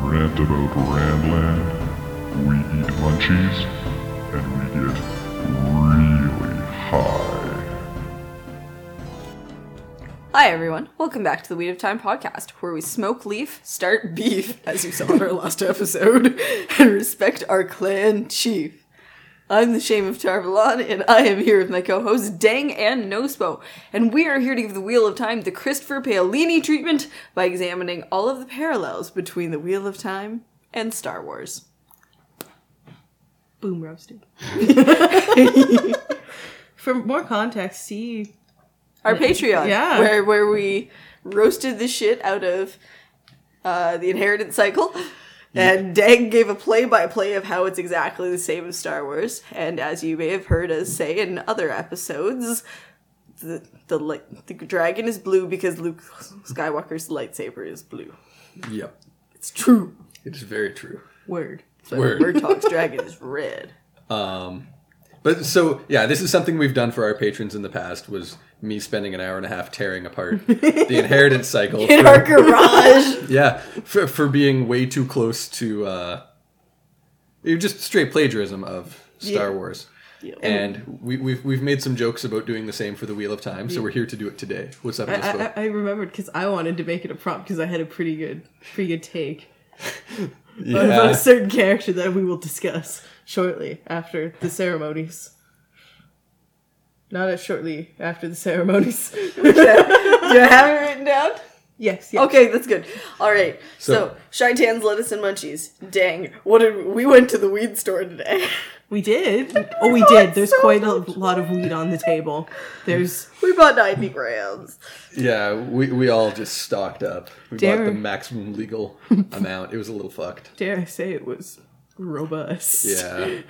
go to Randland, we eat munchies, and we get really high. Hi, everyone. Welcome back to the Weed of Time podcast, where we smoke leaf, start beef, as you saw in our last episode, and respect our clan chief. I'm the Shame of Tarvalon, and I am here with my co hosts Dang and Nospo, and we are here to give the Wheel of Time the Christopher Paolini treatment by examining all of the parallels between the Wheel of Time and Star Wars. boom roasted. For more context, see Our Patreon, Yeah. where, where we roasted the shit out of uh, the inheritance cycle. And Dang gave a play by play of how it's exactly the same as Star Wars. And as you may have heard us say in other episodes, the, the, li- the dragon is blue because Luke Skywalker's lightsaber is blue. Yep. It's true. It is very true. word. So Word. Bird Talk's dragon is red. But so yeah, this is something we've done for our patrons in the past was me spending an hour and a half tearing apart the inheritance cycle In for- our garage! yeah, for, for being way too close to uh you're just straight plagiarism of Star Wars. Yeah. And we, we've we've made some jokes about doing the same for the Wheel of Time, so we're here to do it today. What's up, I, Miss I, Bo? I remembered because I wanted to make it a prompt because I had a pretty good, pretty good take about a Yeah, certain character that we will discuss shortly after the ceremonies. Not as shortly after the ceremonies. Do I have it written down? yes, yes. Okay, that's good. All right. So, So- Shaitan's lettuce and munchies. Dang, what did we went to the weed store today? We did. Oh, we did. There's quite a lot of weed on the table. There's we bought ninety grams. yeah, we, we all just stocked up. We bought Dare. the maximum legal amount. It was a little fucked. dare I say it was robust. Yeah.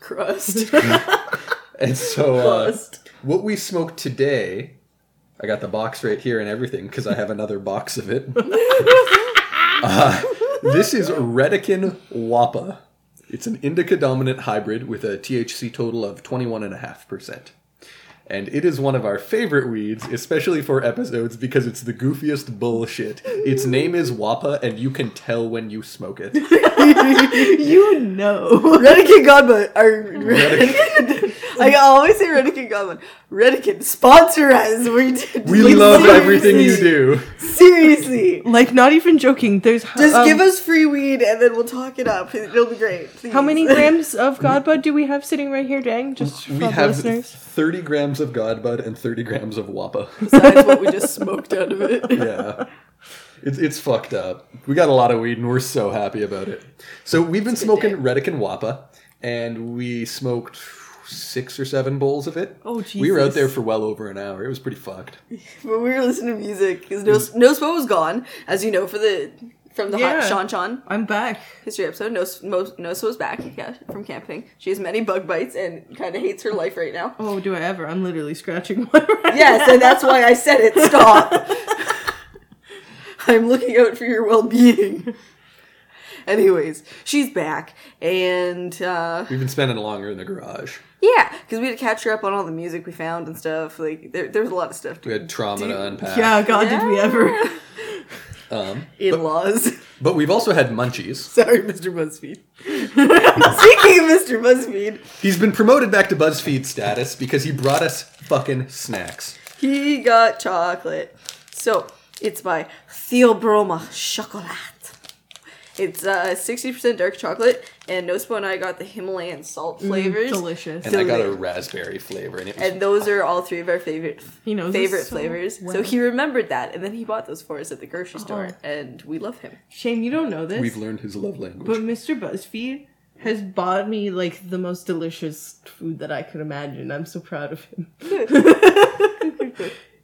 Crust. And so uh, Crust. What we smoked today, I got the box right here and everything because I have another box of it. Uh, this is Redican Wapa. It's an indica dominant hybrid with a THC total of 21.5%. And it is one of our favorite weeds, especially for episodes because it's the goofiest bullshit. Its name is Wapa, and you can tell when you smoke it. You know. Redican Godman. Our Redican. uh, I always say Redican Godman. Redican sponsor us. We did. We like, love seriously- everything you do. Seriously. Like, not even joking. There's Just um, give us free weed and then we'll talk it up. It'll be great. Please. How many grams of Godbud do we have sitting right here, Dang? Just for We the have listeners. 30 grams of Godbud and 30 grams of Wapa. Besides what we just smoked out of it. yeah. It's, it's fucked up. We got a lot of weed and we're so happy about it. So we've been smoking Redican Wapa and we smoked six or seven bowls of it. Oh, We were out Jesus. there for well over an hour. It was pretty fucked. But we were listening to music because no, no Spo was gone, as you know, for the from the Yeah. hot Sean Sean I'm back. history episode. No, Mo- no Spo is back, yeah, from camping. She has many bug bites and kind of hates her life right now. Oh, do I ever? I'm literally scratching one. Right Yes, and that's why I said it. Stop. I'm looking out for your well-being. Anyways, she's back, and uh, We've been spending longer in the garage. yeah, because we had to catch her up on all the music we found and stuff. Like there, there was a lot of stuff. We to had trauma to unpack. Yeah, God, did we ever? Um, In-laws. but we've also had munchies. Sorry, Mr. BuzzFeed. Speaking of Mr. BuzzFeed, He's been promoted back to BuzzFeed status because he brought us fucking snacks. he got chocolate. So it's by Theobroma Chocolat. It's uh, 60% dark chocolate, and Nospo and I got the Himalayan salt flavors. Mm, Delicious. And I got a raspberry flavor and it was And those are all three of our favorite He knows us favorite so flavors. So well. Oh. he remembered that, and then he bought those for us at the grocery store, and we love him. Shane, you don't know this, we've learned his love language. but Mr. BuzzFeed has bought me like the most delicious food that I could imagine. I'm so proud of him.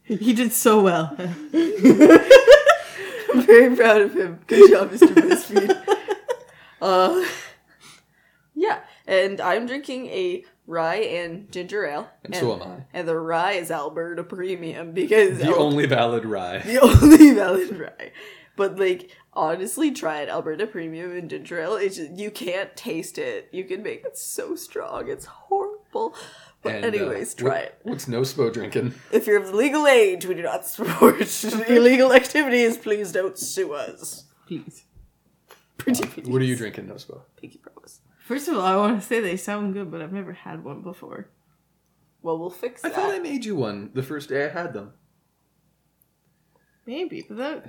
he did so well. I'm very proud of him. Good job, Mr. BuzzFeed. Uh, yeah, and I'm drinking a rye and ginger ale. And so am I. And the rye is Alberta Premium because the Al- only valid rye. the only valid rye. But like, honestly, try it Alberta Premium and ginger ale. It's just, you can't taste it. You can make it so strong. It's horrible. But And, uh, anyways, what- try it. What's no spo drinking? If you're of legal age, we do not support illegal activities. Please don't sue us. Please. pretty please. What are you drinking, Nosbo? Pinky promise. First of all, I want to say they sound good, but I've never had one before. Well, we'll fix I that. thought I made you one the first day I had them. Maybe, but that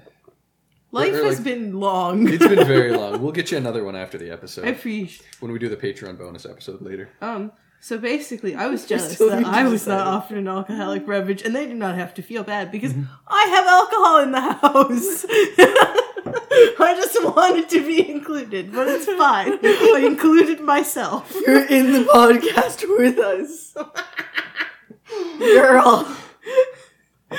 life or, has like- been long. It's been very long. We'll get you another one after the I episode appreciate. when we do the Patreon bonus episode later. Um. So basically, I was jealous still Mm-hmm. that need to I was decide. not offered an alcoholic beverage, and they did not have to feel bad because Mm-hmm. I have alcohol in the house. I just wanted to be included, but it's fine. I included myself. You're in the podcast with us. Girl.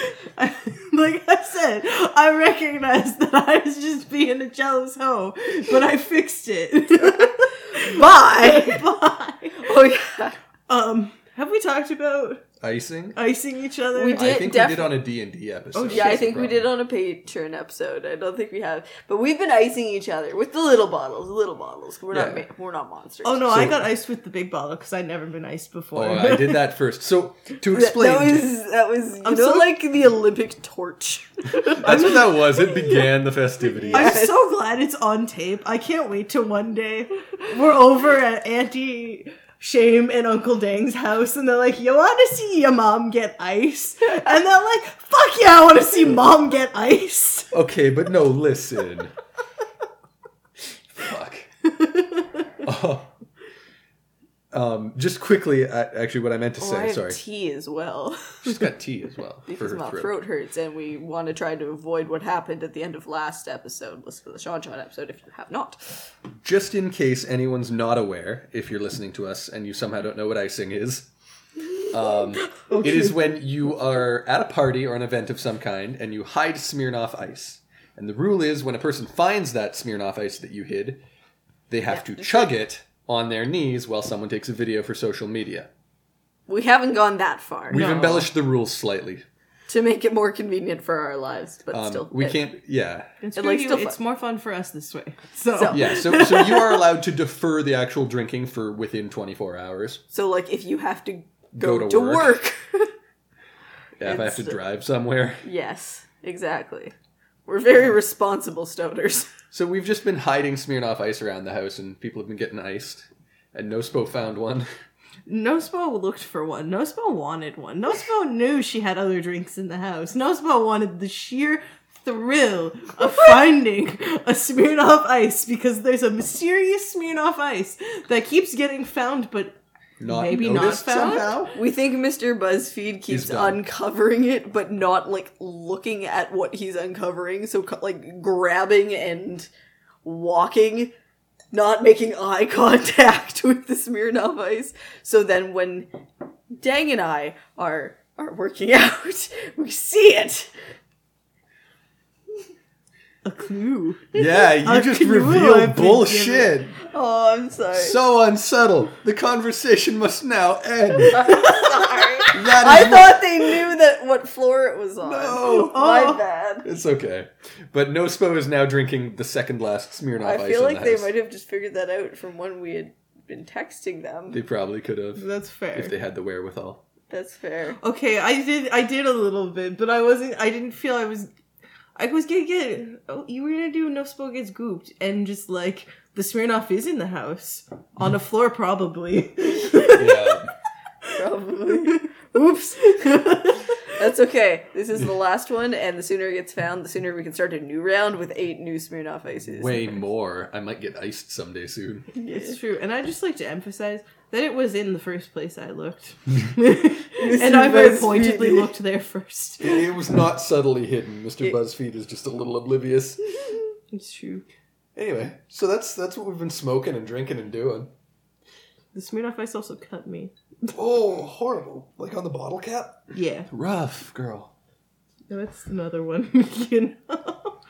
like I said, I recognized that I was just being a jealous hoe, but I fixed it. Bye. Bye. Oh, yeah. Um, have we talked about Icing? icing each other? We did. I think def- we did Oh, on a D&D episode. Yeah, I That's the think we problem. did on a Patreon episode. I don't think we have, but we've been icing each other with the little bottles. The little bottles. We're Yeah. not. Ma- we're not monsters. Oh no, So- I got iced with the big bottle because I'd never been iced before. Oh, I did that first. So, to That, explain, that was that was you I'm know so- like the Olympic torch. that's what that was. It began the festivities. I'm so glad it's on tape. I can't wait till one day we're over at Auntie Shame and Uncle Dang's house and they're like, You wanna see your mom get ice? And they're like, Fuck yeah, I wanna see mom get ice. Okay, but no, listen. Fuck. Oh. Um, just quickly, I, actually, what I meant to Oh, I say. have Sorry, tea as well she's got tea as well for because her my throat. throat. hurts, and we want to try to avoid what happened at the end of last episode. Listen to the Sean Sean episode if you have not. Just in case anyone's not aware, if you're listening to us and you somehow don't know what icing is, um, it is when you are at a party or an event of some kind and you hide Smirnoff ice. And the rule is when a person finds that Smirnoff ice that you hid, they have to chug it on their knees while someone takes a video for social media. We haven't gone that far We've No. embellished the rules slightly. to make it more convenient for our lives, but Um, still, we eh. can't, yeah. And screw like, you, still it's it's fun. more fun for us this way. So, So- Yeah, so, so you are allowed to defer the actual drinking for within 24 hours. So like, if you have to go, Go to to work. work Yeah, if I have to It's- drive somewhere. Yes, exactly. We're very responsible stoners. So we've just been hiding Smirnoff ice around the house, and people have been getting iced. And Nospo found one. Nospo looked for one. Nospo wanted one. Nospo knew she had other drinks in the house. Nospo wanted the sheer thrill of finding a Smirnoff Ice because there's a mysterious Smirnoff Ice that keeps getting found, but Not Maybe not noticed found? somehow. We think Mr. BuzzFeed keeps done. uncovering it, but not like looking at what he's uncovering. So co- like grabbing and walking, not making eye contact with the Smirnoff Ice. So then when Dang and I are are working out, we see it. a clue. Yeah, you I just knew I've revealed been bullshit. Oh, I'm sorry. So unsettled. The conversation must now end. sorry. That I is thought they knew that what floor it was on. No. My Oh. bad. It's okay. But Nospo is now drinking the second last Smirnoff I ice. feel in like the they house. might have just figured that out from when we had been texting them. They probably could have That's fair. if they had the wherewithal. That's fair. Okay, I did. I did a little bit, but I wasn't. I didn't feel I was. I was gonna get. Oh, you were gonna do no smoke gets gooped, and just like the Smirnoff is in the house on a floor, probably. Yeah. Probably. Oops. That's okay. This is the last one, and the sooner it gets found, the sooner we can start a new round with eight new Smirnoff faces. Way more. I might get iced someday soon. It's true, and I just like to emphasize that it was in the first place I looked, and I very BuzzFeed. pointedly looked there first. It was not subtly hidden. Mr. BuzzFeed is just a little oblivious. It's true. Anyway, so that's that's what we've been smoking and drinking and doing. The Smirnoff Ice also cut me. Oh, horrible! Like on the bottle cap. Yeah, Rough girl. that's another one. you know,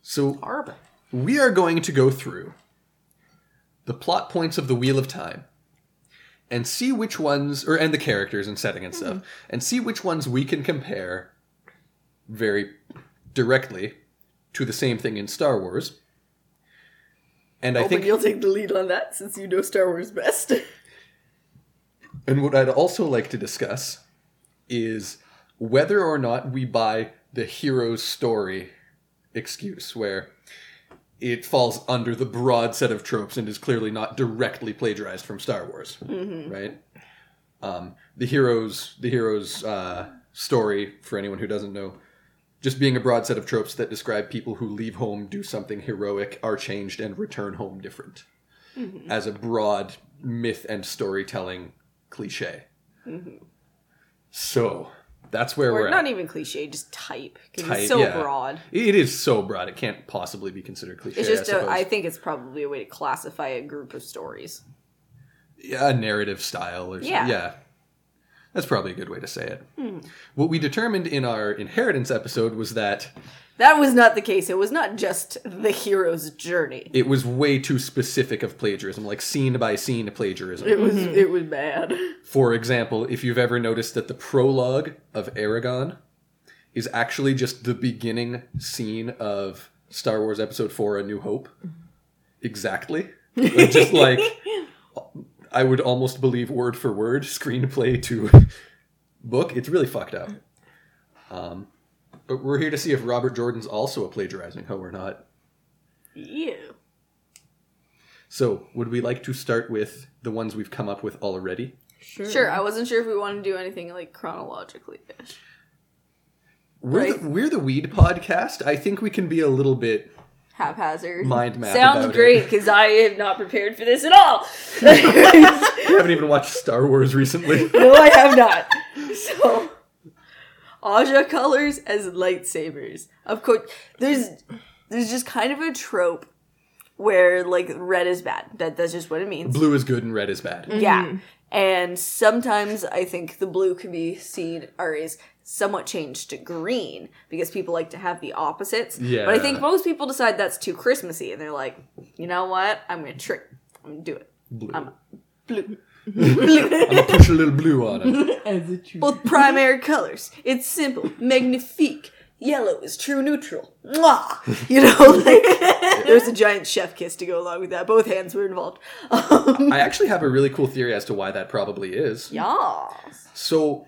So we are going to go through the plot points of the Wheel of Time and see which ones, or and the characters and setting and stuff, and see which ones we can compare very directly to the same thing in Star Wars. And I Hoping think you'll take the lead on that since you know Star Wars best. And what I'd also like to discuss is whether or not we buy the hero story excuse, where it falls under the broad set of tropes and is clearly not directly plagiarized from Star Wars, Mm-hmm. right? Um, the hero's the hero's uh, story for anyone who doesn't know, just being a broad set of tropes that describe people who leave home, do something heroic, are changed, and return home different, Mm-hmm. as a broad myth and storytelling cliche. So that's where Mm-hmm. Or we're not at. even cliche, just type. 'cause Type, it's so yeah. broad. It is so broad; it can't possibly be considered cliche. It's just, I a, suppose. I think it's probably a way to classify a group of stories. yeah, a narrative style or something. Yeah. Hmm. Yeah. That's probably a good way to say it. What we determined in our inheritance episode was that That was not the case. It was not just the hero's journey. it was way too specific of plagiarism, like scene by scene plagiarism. It was it was bad. For example, if you've ever noticed that the prologue of Aragon is actually just the beginning scene of Star Wars Episode 4 A New Hope. Exactly. Like, just like, I would almost believe word for word, screenplay to book. It's really fucked up. Um, but we're here to see if Robert Jordan's also a plagiarizing hoe or not. Ew. So, would we like to start with the ones we've come up with already? Sure. Sure, I wasn't sure if we wanted to do anything like chronologically. We're, Right. the, we're the Weed Podcast. I think we can be a little bit Haphazard. Mind map Sounds about great it. because I am not prepared for this at all. You haven't even watched Star Wars recently. no, I have not. So, Aja colors as lightsabers. Of course, there's there's just kind of a trope where like red is bad. That that's just what it means. Blue is good and red is bad. Yeah. And sometimes I think the blue can be seen or is somewhat changed to green because people like to have the opposites. But I think Yeah. most people decide that's too Christmassy and they're like, you know what? I'm gonna trick. I'm gonna do it. Blue. I'm I'm, blue. gonna push a little blue on it. As a true. Both primary colors. It's simple. Magnifique. Yellow is true neutral. Mwah! You know, like there's a giant chef kiss to go along with that. Both hands were involved. Um, I actually have a really cool theory as to why that probably is. yes. So,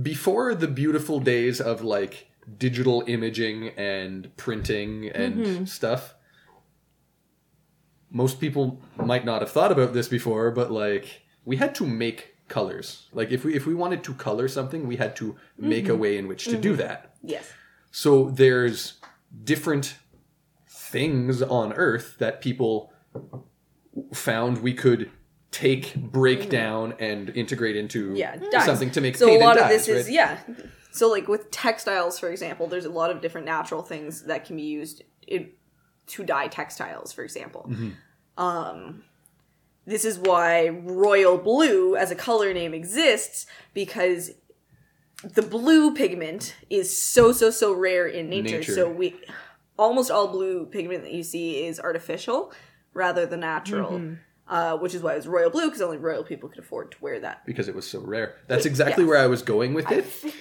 before the beautiful days of like digital imaging and printing and stuff, most people might not have thought about this before, but like we had to make colors. Like if we if we wanted to color something, we had to make a way in which to do that. Yes. So there's different things on Earth that people found we could take, break down, and integrate into Mm-hmm. yeah dyes. something to make so paint a lot and of dyes, this is right? yeah so like with textiles for example there's a lot of different natural things that can be used in, to dye textiles for example Mm-hmm. um this is why royal blue as a color name exists because the blue pigment is so so so rare in nature, Nature. so we almost all blue pigment that you see is artificial rather than natural uh, which is why it was royal blue because only royal people could afford to wear that Because it was so rare. That's exactly where I was going with it.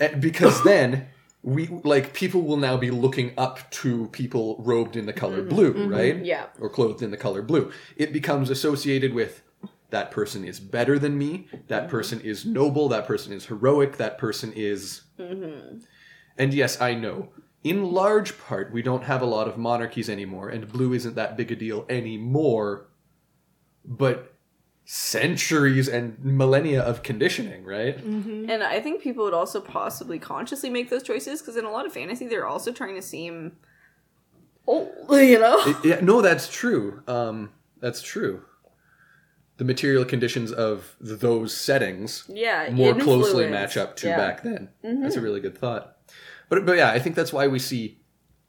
And because then we like people will now be looking up to people robed in the color Mm-hmm. blue, right? Yeah. Or clothed in the color blue. It becomes associated with that person is better than me, that person is noble, that person is heroic, that person is And yes, I know. In large part, we don't have a lot of monarchies anymore, and blue isn't that big a deal anymore. But centuries and millennia of conditioning, right? And I think people would also possibly consciously make those choices because in a lot of fantasy, they're also trying to seem old, you know? Yeah, no, that's true. Um, that's true. The material conditions of those settings yeah. more Uh, influence. closely match up to Yeah. Mm-hmm. back then. That's a really good thought. But but yeah, I think that's why we see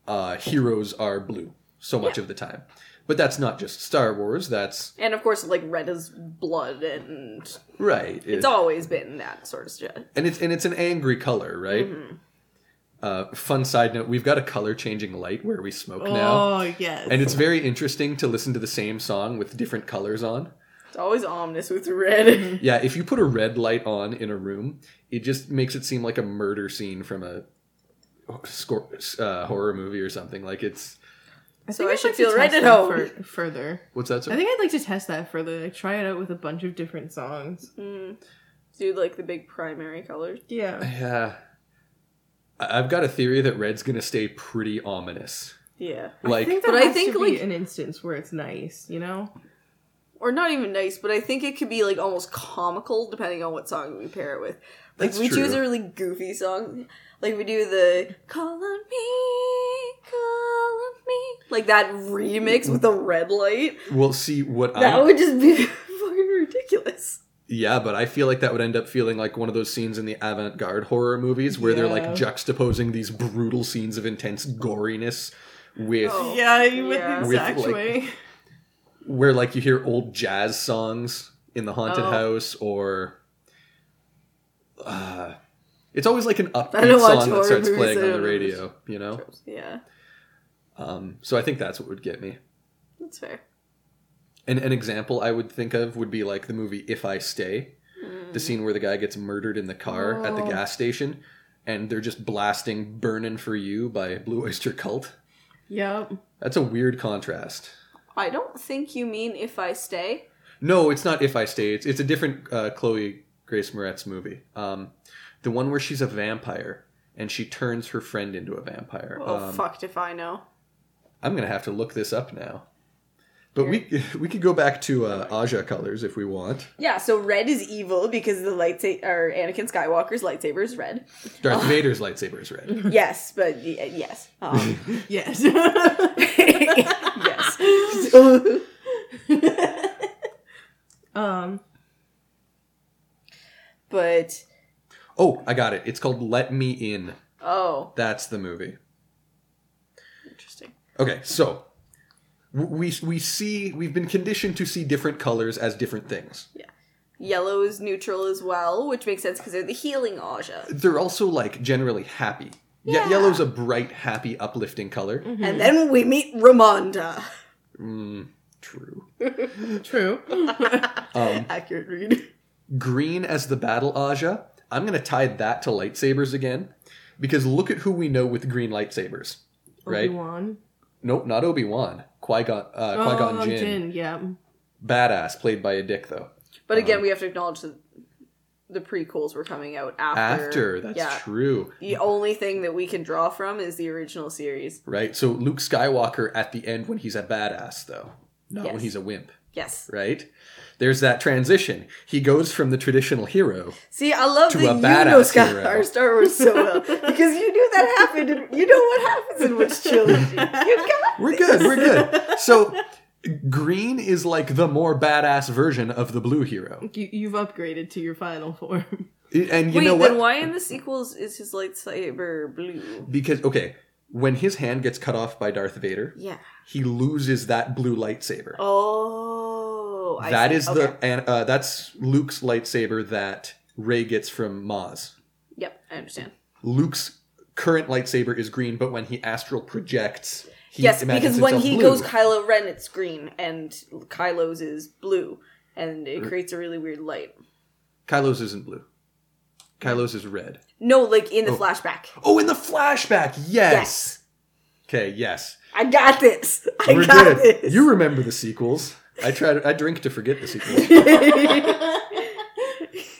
uh, heroes are blue so much of the time. But that's not just Star Wars. That's And of course, like red is blood, and right. it's always been that sort of stuff. and it's and it's an angry color, right? Mm-hmm. Uh, fun side note: We've got a color changing light where we smoke now, Oh yes. and it's very interesting to listen to the same song with different colors on. It's always ominous with red. Yeah, if you put a red light on in a room, it just makes it seem like a murder scene from a score, uh, horror movie or something. Like it's I so think I I'd should like to feel right test at that home. fur- further. what's that? I Sort think I'd like to test that further. Like try it out with a bunch of different songs. Do Mm. like the big primary colors. Yeah. yeah, I- I've got a theory that red's gonna stay pretty ominous. Yeah. Like, I think But there I has think, to be like- an instance where it's nice, you know. Or not even nice, but I think it could be like almost comical depending on what song we pair it with. Like That's we choose a true. really goofy song. Like we do the Call on Me, Call on Me. Like that remix with the red light. well, see what That I would just be fucking ridiculous. yeah, but I feel like that would end up feeling like one of those scenes in the avant-garde horror movies where they're like Yeah. juxtaposing these brutal scenes of intense goriness with Oh. Yeah, you would Yeah. think With, so, like- actually. where like you hear old jazz songs in the haunted Oh. house or uh, it's always like an I don't upbeat watch song horror that starts movies, playing I on the don't know. radio you know Yeah, um, so i think that's what would get me that's fair. and an example i would think of would be like the movie if i stay Mm. the scene where the guy gets murdered in the car at the Mm-hmm. Oh. gas station and they're just blasting burnin' for you by blue oyster cult Yep. that's a weird contrast I don't think you mean if I stay. No, it's not If I Stay. It's, it's a different uh, Chloe Grace Moretz movie. Um, the one where she's a vampire and she turns her friend into a vampire. Oh um, fucked if I know. I'm gonna have to look this up now. But we we could go back to uh, Aja colors if we want. Yeah, so red is evil because the lightsaber or Anakin Skywalker's lightsaber is red. Darth Vader's lightsaber is red. yes, but y- yes, um, Yes. yes. um. But Oh, I got it. It's called Let Me In. oh, That's the movie. interesting. Okay, so w- we we see we've been conditioned to see different colors as different things. Yellow is neutral as well, which makes sense because they're the healing Aja. they're also like generally happy. Ye- Yeah. Mm. yellow's a bright, happy, uplifting color. And then we meet Ramonda. True. True. Accurate read. Green as the battle Aja. I'm gonna tie that to lightsabers again, because look at who we know with green lightsabers. Right? Obi-Wan. Nope, not Obi Wan. Qui Gon. Uh, Qui Gon Oh, Jinn. Jinn. Yeah. Badass, played by a dick though. But again, Um, we have to acknowledge that the prequels were coming out after. After that's yeah. true, The only thing that we can draw from is the original series. right? So Luke Skywalker at the end when he's a badass though, not when Yes. he's a wimp, Yes. right? There's that transition. He goes from the traditional hero See, I love To that a you badass know Sky- hero. our Star Wars so well because you knew that happened. And you know what happens in which trilogy. You got We're good. We're good. So green is like the more badass version of the blue hero. You, you've upgraded to your final form. And you Wait, know what? then why in the sequels is his lightsaber blue? Because okay, when his hand gets cut off by Darth Vader, Yeah. he loses that blue lightsaber. Oh, I that see. is Okay. the and uh, that's Luke's lightsaber that Ray gets from Maz. Yep, I understand. Luke's current lightsaber is green, but when he astral projects, he yes, imagines because when himself he blue. goes Kylo Ren, it's green, and Kylo's is blue, and it creates a really weird light. Kylo's isn't blue. Kylo's is red. No, like in the flashback. Oh, in the flashback, yes. Yes. Okay, yes. I got this. I We're got good. this. You remember the sequels. I try. To, I drink to forget the sequels.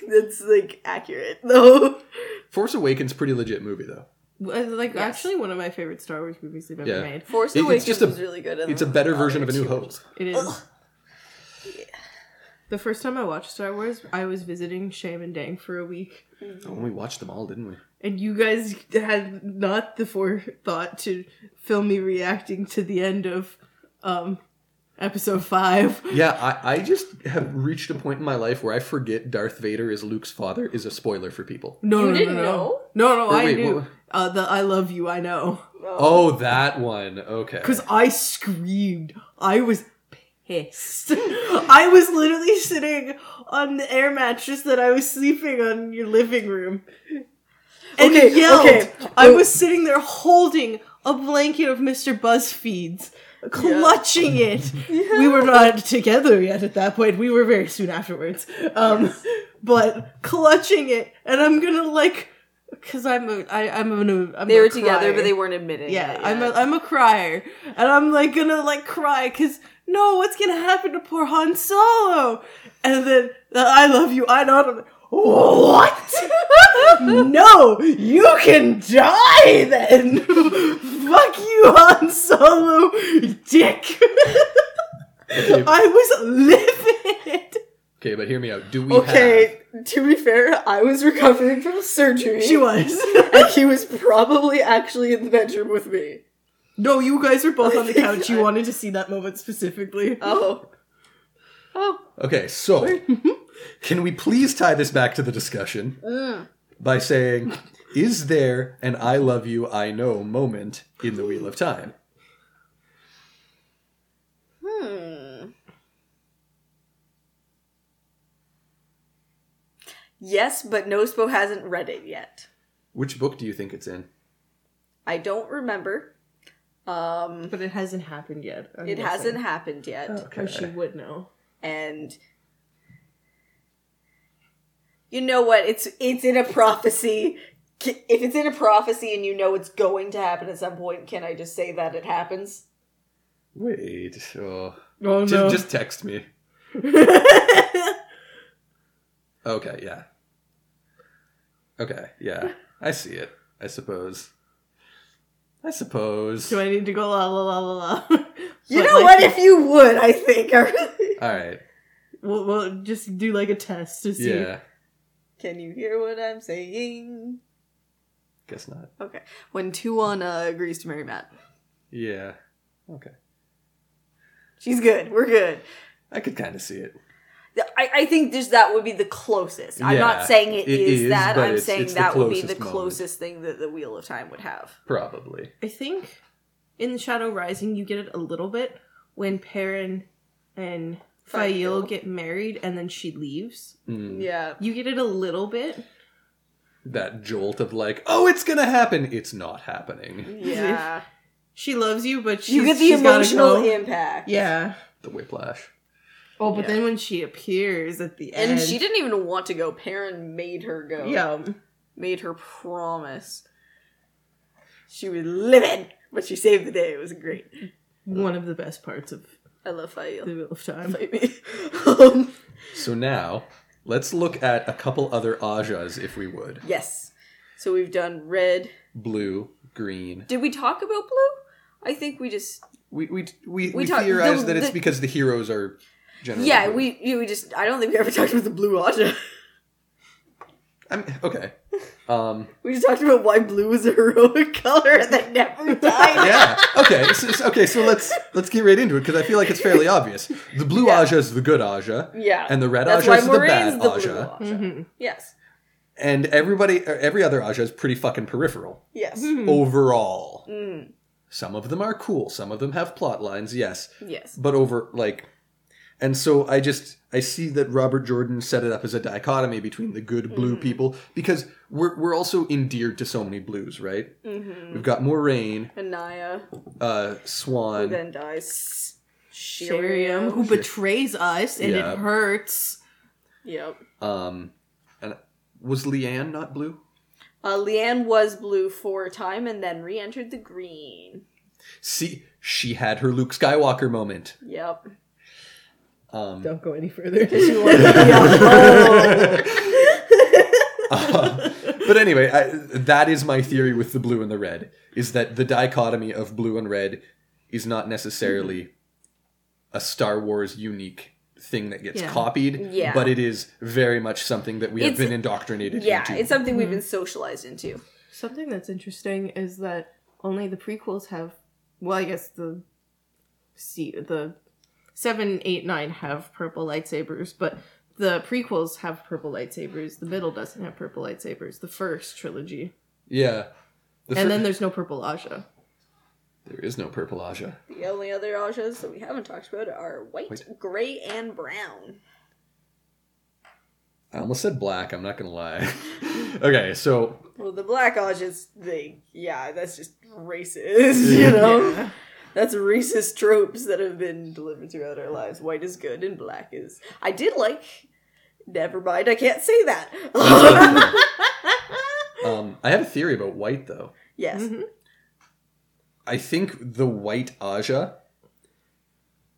That's like accurate though. Force Awakens, pretty legit movie though. Uh, Like Yes. actually one of my favorite Star Wars movies they've ever Yeah. made. Force It- it's Awakens just a- was really good. and It's a then- better version of A New Hope. It is. The first time I watched Star Wars, I was visiting Shaman Dang for a week, Oh, we watched them all, didn't we? and you guys had not the forethought to film me reacting to the end of um, episode five. Yeah, I, I just have reached a point in my life where I forget Darth Vader is Luke's father is a spoiler for people. No, You no, no, didn't no, know? no, no, Or I wait, knew. what- Uh, the I love you, I know, Oh, that one. Okay. because I screamed. I was pissed. I was literally sitting on the air mattress that I was sleeping on in your living room, and Okay, yelled. okay. I was sitting there holding a blanket of Mr. Buzzfeed's. Clutching it, we were not together yet at that point. We were very soon afterwards, um, but clutching it, and I'm gonna like, because I'm a, I, I'm a, I'm They a were together, but crier. they weren't admitting. Yeah, it I'm a yet. I'm a crier, and I'm like gonna like cry because no, what's gonna happen to poor Han Solo? And then the I love you, I know. I'm like, What? no, you can die then. Fuck you, Han Solo, dick. Okay, I was livid. okay, but hear me out. Do we have Okay, to be fair, I was recovering from surgery. She was. And he was probably actually in the bedroom with me. no, you guys were both on the couch. You wanted to see that moment specifically. Oh. Oh. Okay, so can we please tie this back to the discussion by saying, is there an I love you, I know moment in the Wheel of Time? Yes, but Nospo hasn't read it yet. Which book do you think it's in? I don't remember. Um, But it hasn't happened yet. I'm it guessing. hasn't happened yet. Or she would know. And you know what? It's it's in a prophecy. K- If it's in a prophecy and you know it's going to happen at some point, can I just say that it happens? Wait. Oh. Oh Just, no. just text me. okay, yeah. Okay, yeah. I see it, I suppose. I suppose. Do I need to go la la la la la? You But, know like, what? If you would, I think. All right. We'll, we'll just do like a test to see. Yeah. Can you hear what I'm saying? Guess not. Okay. When Tuan uh, agrees to marry Matt, Yeah. Okay. she's good. We're good. I could kind of see it. I, I think just that would be the closest. I'm Yeah, not saying it it is, is, that. but I'm it's- saying it's the that would be the closest moment. closest thing that the Wheel of Time would have. Probably. I think in the Shadow Rising you get it a little bit when Perrin and Fael Fael. get married and then she leaves. Mm. Yeah. You get it a little bit. That jolt of like, oh, it's gonna happen. It's not happening. Yeah. She loves you, but she's, you get the she's gotta emotional go. impact. Yeah. The whiplash. Oh, but Yeah. then when she appears at the And end, she didn't even want to go. Perrin made her go. Yeah. Made her promise. She was livid, but she saved the day. It was great. One of the best parts of I love the Fael. Wheel of Time. um, So now, let's look at a couple other Ajas, if we would. yes. So we've done red. Blue, green. Did we talk about blue? I think we just We we we, we, talk- theorize the- that it's the- because the heroes are generally. Yeah, blue. we you- we just I don't think we ever talked about the blue Aja. I'm, okay. Um. We just talked about why blue is a heroic color and that never died. Yeah. Okay. So, so- okay. So let's let's get right into it because I feel like it's fairly obvious. The blue Yeah. Aja is the good Aja. Yeah. And the red That's Aja why is the Moraine's bad the Aja. blue Aja. Mm-hmm. Yes. And everybody, er, every other Aja is pretty fucking peripheral Yes. Mm-hmm. Mm, overall. Some of them are cool. Some of them have plot lines. Yes. Yes. but over like and so i just i see that robert jordan set it up as a dichotomy between the good blue people because we're, we're also endeared to so many blues right we've got moraine And Naya uh swan then dies. Sharium, who Sharium. betrays us, and Yeah. it hurts. Yep. um and was leanne not blue Uh, Leanne was blue for a time and then re-entered the green. see she had her luke skywalker moment Yep. um Don't go any further. but anyway, I, that is my theory with the blue and the red is that the dichotomy of blue and red is not necessarily a Star Wars unique thing that gets Yeah. copied, Yeah. but it is very much something that we have It's- been indoctrinated Yeah, into. it's something we've been socialized into. Something that's interesting is that only the prequels have. Well, I guess the see the seven, eight, nine have purple lightsabers, but the prequels have purple lightsabers. The middle doesn't have purple lightsabers. The first trilogy, yeah. The fir- and then there's no purple Aja. there is no purple Aja. The only other Ajas that we haven't talked about are white, Wait. gray, and brown. I almost said black, I'm not gonna lie. okay, so Well, the black Aja's thing, yeah, that's just racist, you know? That's racist tropes that have been delivered throughout our lives. White is good and black is. I did like. Never mind, I can't say that. um, I have a theory about white though. yes. Mm-hmm. I think the white Aja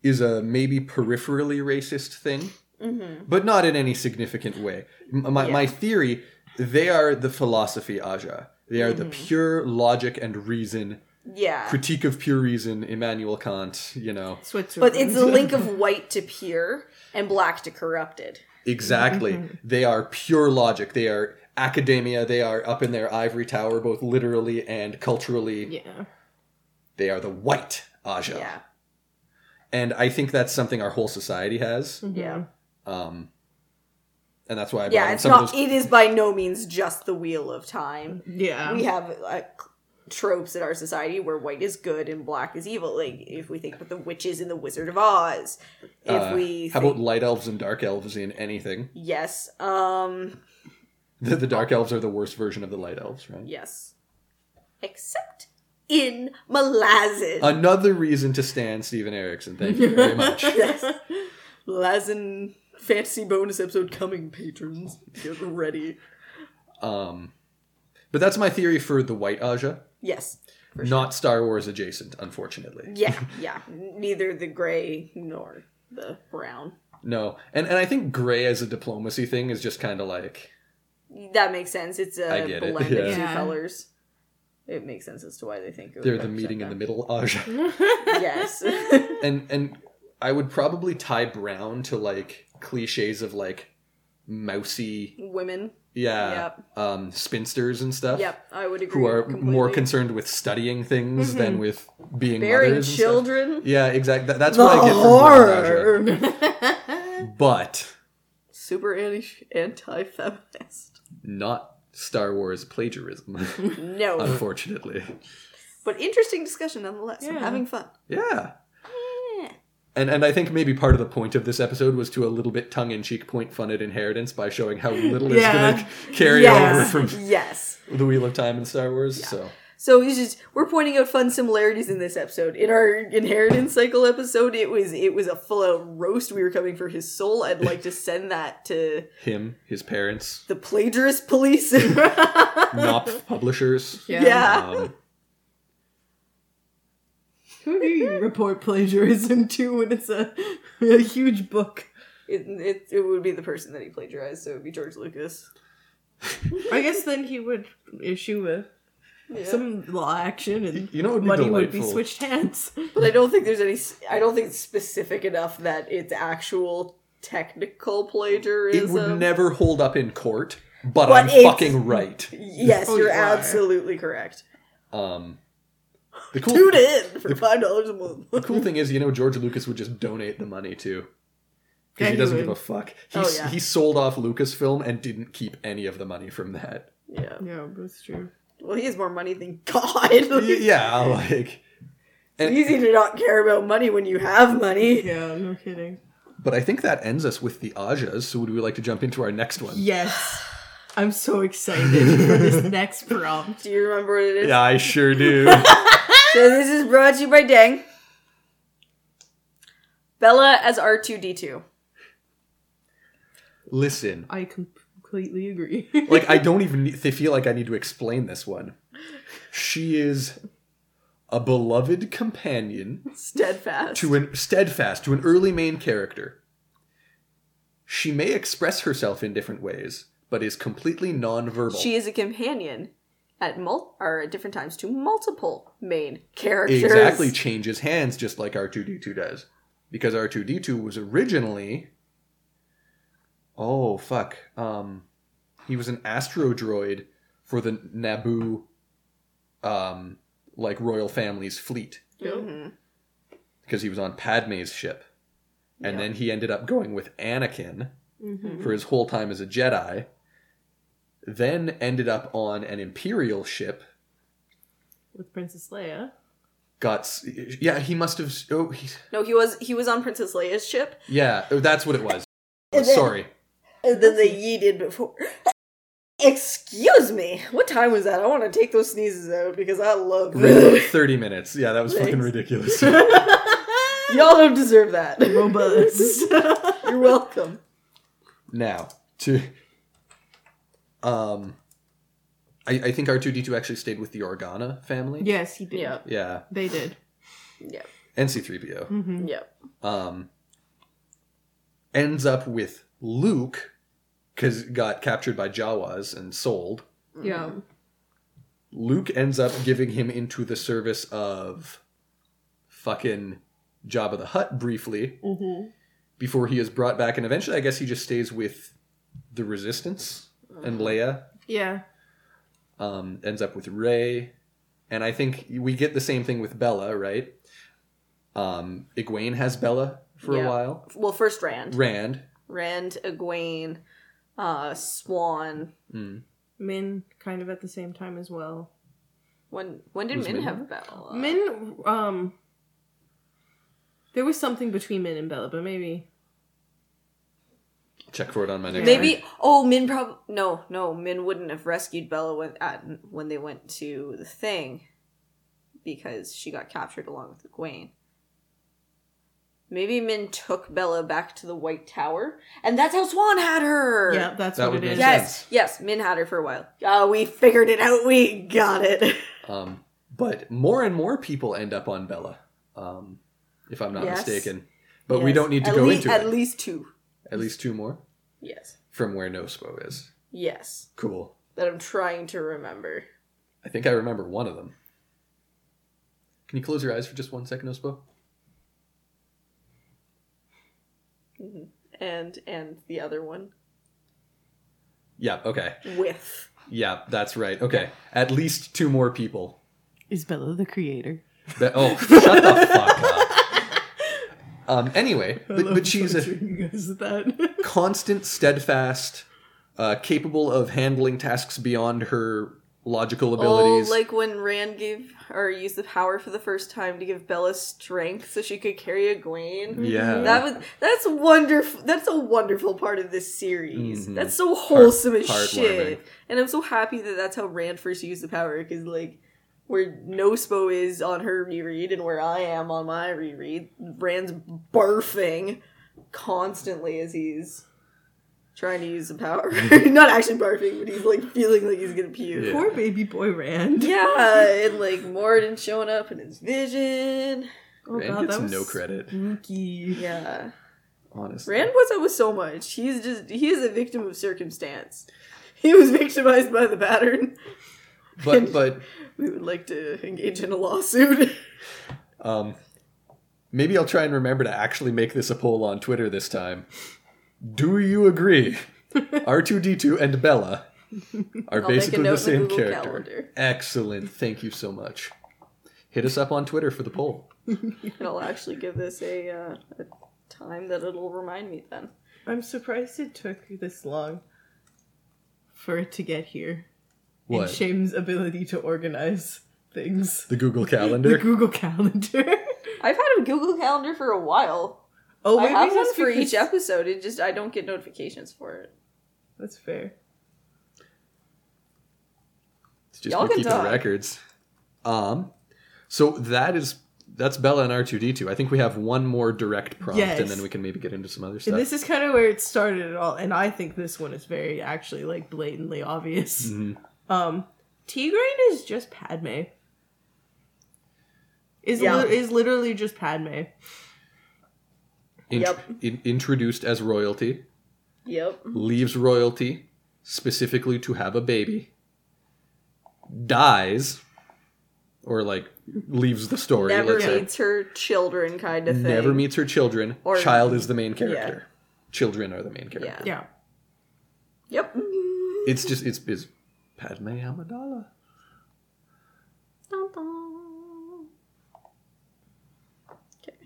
is a maybe peripherally racist thing. Mm-hmm. but not in any significant way. M- My, my theory, they are the philosophy Aja. They are the pure logic and reason, Yeah. critique of pure reason, Immanuel Kant, you know. Switzerland. But it's the link of white to pure and black to corrupted. Exactly. They are pure logic. They are academia. They are up in their ivory tower, both literally and culturally. yeah. They are the white Aja. Yeah. And I think that's something our whole society has. Mm-hmm. Yeah. Um, and that's why I brought Yeah, in it's some not of those. it is by no means just the wheel of time. Yeah. We have uh, tropes in our society where white is good and black is evil. Like if we think about the witches in the Wizard of Oz, if uh, we how think- about light elves and dark elves in anything? yes, um The, the dark elves are the worst version of the light elves, right? yes. Except in Malazan. Another reason to stand Steven Erickson. Thank you very much. yes. Malazan fantasy bonus episode coming patrons. Get ready. Um, but that's my theory for the white Aja, Yes. not Star Wars adjacent, unfortunately. Yeah, yeah. Neither the gray nor the brown. No, and and I think gray as a diplomacy thing is just kind of like That makes sense. It's I a get it, blend of yeah. two Yeah. colors. It makes sense as to why they think it they're the meeting in the middle Aja, middle. Yes. and and I would probably tie brown to like cliches of like mousy, Women. yeah, Yep. um, spinsters and stuff. Yep, I would agree. uh, Who are completely. Mm-hmm. more concerned with studying things than with being Bearing mothers and stuff. children. Yeah, exactly. that's what I get from brown Aja. But Super anti- anti-feminist. not Star Wars plagiarism, No, unfortunately. but interesting discussion nonetheless. I'm Yeah. having fun. Yeah. And and I think maybe part of the point of this episode was to a little bit tongue in cheek point fun at inheritance by showing how little Yeah. is going to carry yes. over from yes. the Wheel of Time in Star Wars. So So it's just we're pointing out fun similarities in this episode. In our inheritance cycle episode, it was it was a full out roast. We were coming for his soul. I'd like to send that to him, his parents, the plagiarist police. yeah. Knopf publishers. Yeah. Um, Who do you report plagiarism to when it's a, a huge book? It, it, it would be the person that he plagiarized, so it would be George Lucas. I guess then he would issue a, Yeah. some law action and you know, what would be money delightful. would be switched hands. But I don't think there's any. s- I don't think it's specific enough that it's actual technical plagiarism. It would never hold up in court, but, But I'm it's- fucking right. Yes, Oh, you're you are. absolutely correct. Um, the cool Tune in for five dollars a month. The cool thing is, you know, George Lucas would just donate the money too. Yeah, Because he he doesn't would. give a fuck. He, Oh, s- yeah. he sold off Lucasfilm and didn't keep any of the money from that. Yeah. Yeah, that's true. Well, he has more money than God. Y- yeah, like. It's easy to not care about money when you have money. Yeah, no kidding. But I think that ends us with the Ajas. So would we like to jump into our next one? Yes. I'm so excited for this next prompt. Do you remember what it is? Yeah, I sure do. So this is brought to you by Dang. Bella as R2D2. Listen, I completely agree. like I don't even need, they feel like I need to explain this one. She is a beloved companion Steadfast. to an steadfast to an early main character. She may express herself in different ways, but is completely nonverbal. she is a companion at mul- or at different times to multiple main characters. exactly changes hands just like R2D2 does, because R2D2 was originally. Oh fuck! Um, he was an astro droid for the Naboo, um, like royal family's fleet Mhm. because he was on Padme's ship, and Yeah. then he ended up going with Anakin. Mhm. for his whole time as a Jedi, then ended up on an Imperial ship. With Princess Leia. Got s- yeah, he must have. Oh, he, No, he was he was on Princess Leia's ship, yeah, oh, that's what it was. And then- Sorry, and then they yeeted before. Excuse me. What time was that? I want to take those sneezes out because I love Really, thirty minutes. Yeah, that was fucking Thanks. ridiculous. Y'all don't deserve that. Robust. You're welcome. now to, um, I, I think R two D two actually stayed with the Organa family. yes, he did. Yep. yeah, They did. Mm-hmm. Yep. and C three PO. Yep. Um, ends up with Luke, because got captured by Jawas and sold. Yeah. Luke ends up giving him into the service of fucking Jabba the Hutt briefly Mm-hmm. before he is brought back, and eventually, I guess he just stays with the Resistance Mm-hmm. and Leia. Yeah. Um, ends up with Rey, and I think we get the same thing with Bella, right? Um, Egwene has Bella for Yeah. a while. Mm-hmm. Well, first Rand. Rand, Rand, Egwene, uh, Swan. Mm, Min kind of at the same time as well. When when did Was Min Min have Bella? Min, um, there was something between Min and Bella, but maybe check for it on my next. read. Maybe. Oh, Min probably. No, no. Min wouldn't have rescued Bella when at, when they went to the thing, because she got captured along with Egwene. Maybe Min took Bella back to the White Tower, and that's how Swan had her. yeah, that's That what would it make is. sense. Yes, yes. Min had her for a while. Uh, we figured it out. We got it. Um, but more and more people end up on Bella, um, if I'm not Yes. mistaken. But we don't need to At go lea- into at it. least two. at least two more Yes. from where Nospo is. Yes. Cool. That I'm trying to remember. I think I remember one of them. Can you close your eyes for just one second, Nospo? And and the other one Yeah. Okay. with Yeah, that's right. Okay. At least two more people. Is Bella the creator? That, oh, shut the fuck up. Um. Anyway, but, but she's a you guys with that. constant, steadfast, uh, capable of handling tasks beyond her logical Oh, abilities. like when Rand gave or used the power for the first time to give Bella strength so she could carry Egwene. yeah. That was that's wonderful. That's a wonderful part of this series. Mhm. That's so wholesome as Heart- shit. heartwarming. And I'm so happy that that's how Rand first used the power because like where Nospo is on her reread and where I am on my reread, Rand's barfing constantly as he's trying to use the power. Not actually barfing, but he's like feeling like he's gonna puke. Yeah. Poor baby boy Rand. Yeah, Uh, and like Morden showing up in his vision. Oh Rand gets no credit, Spooky. Yeah. honestly. Rand was up with so much. He's just he is a victim of circumstance. He was victimized by the pattern. But but We would like to engage in a lawsuit. um, maybe I'll try and remember to actually make this a poll on Twitter this time. Do you agree? R two D two and Bella are I'll basically make a the note in the same Google character. calendar Excellent. Thank you so much. Hit us up on Twitter for the poll. and I'll actually give this a, uh, a time that it'll remind me then. I'm surprised it took this long for it to get here. What? And Shame's ability to organize things. the Google The calendar. Google Calendar. I've had a Google calendar for a while. Oh, I maybe have one that's for because- each episode. It just I don't get notifications for it. That's fair. It's just Y'all we can keeping talk. records. Um, so that is that's Bella and R two D two. I think we have one more direct prompt, and Yes. then we can maybe get into some other stuff. And this is kind of where it started at all, and I think this one is very actually like blatantly obvious. Mm-hmm. Um, Tigraine is just Padme. Is Yeah. li- is literally just Padme. Int- Yep. in- introduced as royalty, Yep. leaves royalty specifically to have a baby, dies, or like leaves the story. Never let's say. meets her children kind of thing. never meets her children. Or- Child is the main character. Children are the main character. Yeah. Yeah. Yep. It's just it's, it's Padme Amidala. Okay.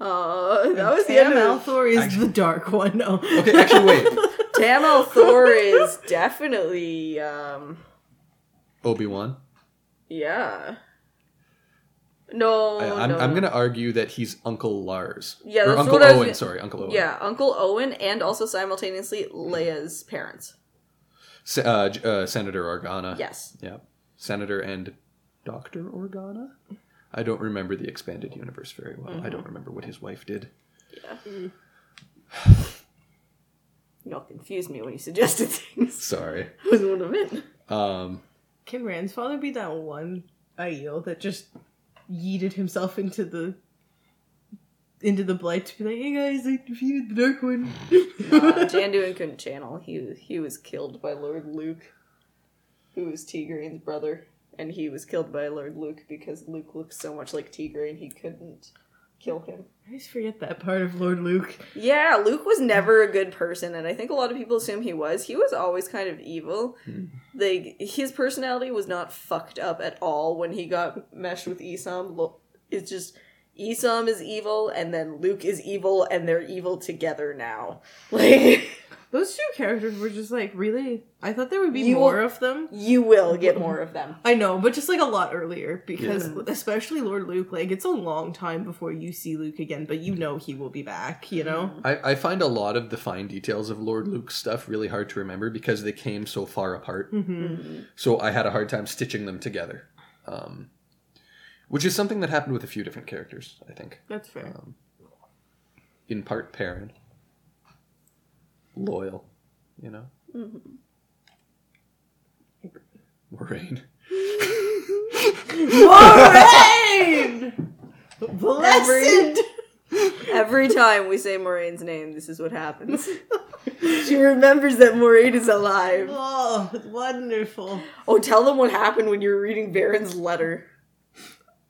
Uh, that was the Tam end of Althor is Actually- the dark one. No. Okay, actually wait. Tam Althor is definitely um Obi Wan. yeah. No, I'm, no, I'm Oh, no. gonna argue that he's Uncle Lars. Yeah, or that's Uncle what I was Owen. gonna- Sorry, Uncle Owen. yeah, Uncle Owen and also simultaneously Leia's parents. Se- uh, J- uh, Senator Organa. Yes. Yeah. Senator and Doctor Organa. I don't remember the expanded universe very well. I don't remember what his wife did. Yeah. Y'all confused me when you suggested things. Sorry. That was one of it. Um, Can Rand's father be that one Aiel that just yeeted himself into the into the blight to be like, hey guys, I defeated the Dark One. Uh, Janduin couldn't channel. He he was killed by Lord Luke, who was Tigraine's brother, and he was killed by Lord Luke because Luke looked so much like Tigraine he couldn't kill him. I always forget that part of Lord Luke. Yeah, Luke was never a good person, and I think a lot of people assume he was. He was always kind of evil. Like his personality was not fucked up at all when he got meshed with Esam. Lo- It's just Esam is evil, and then Luke is evil, and they're evil together now. Like Those two characters were just like, really? I thought there would be You will- more of them. you will get more of them. I know, but just like a lot earlier because especially Lord Luke, like it's a long time before you see Luke again, but you know he will be back, you know? I, I find a lot of the fine details of Lord Luke's stuff really hard to remember because they came so far apart. Mm-hmm. So I had a hard time stitching them together. Um, which is something that happened with a few different characters, I think. That's fair. In part Perrin. Loyal, you know? Mm-hmm. Moraine. Moraine! Blessed! Every time we say Moraine's name, this is what happens. she remembers that Moraine is alive. Oh, wonderful. Oh, tell them what happened when you were reading Varen's letter.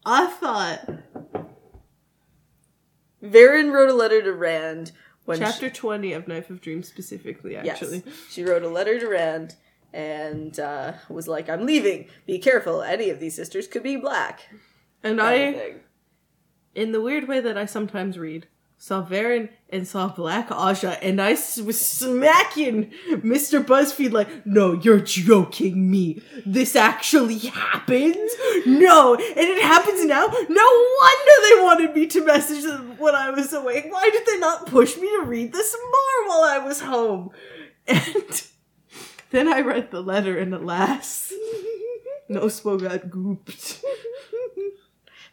I thought Varen wrote a letter to Rand when chapter 20 of Knife of Dreams specifically, she, yes, actually. she wrote a letter to Rand and uh, was like, "I'm leaving. Be careful. Any of these sisters could be black." And Kind of I, thing. in the weird way that I sometimes read, saw Varen and saw Black Aja, and I s- was smacking Mr. BuzzFeed like, no, you're joking me. This actually happened? No, and it happens now? No wonder they wanted me to message them when I was awake. Why did they not push me to read this more while I was home? And then I read the letter, and alas, Nospo got gooped.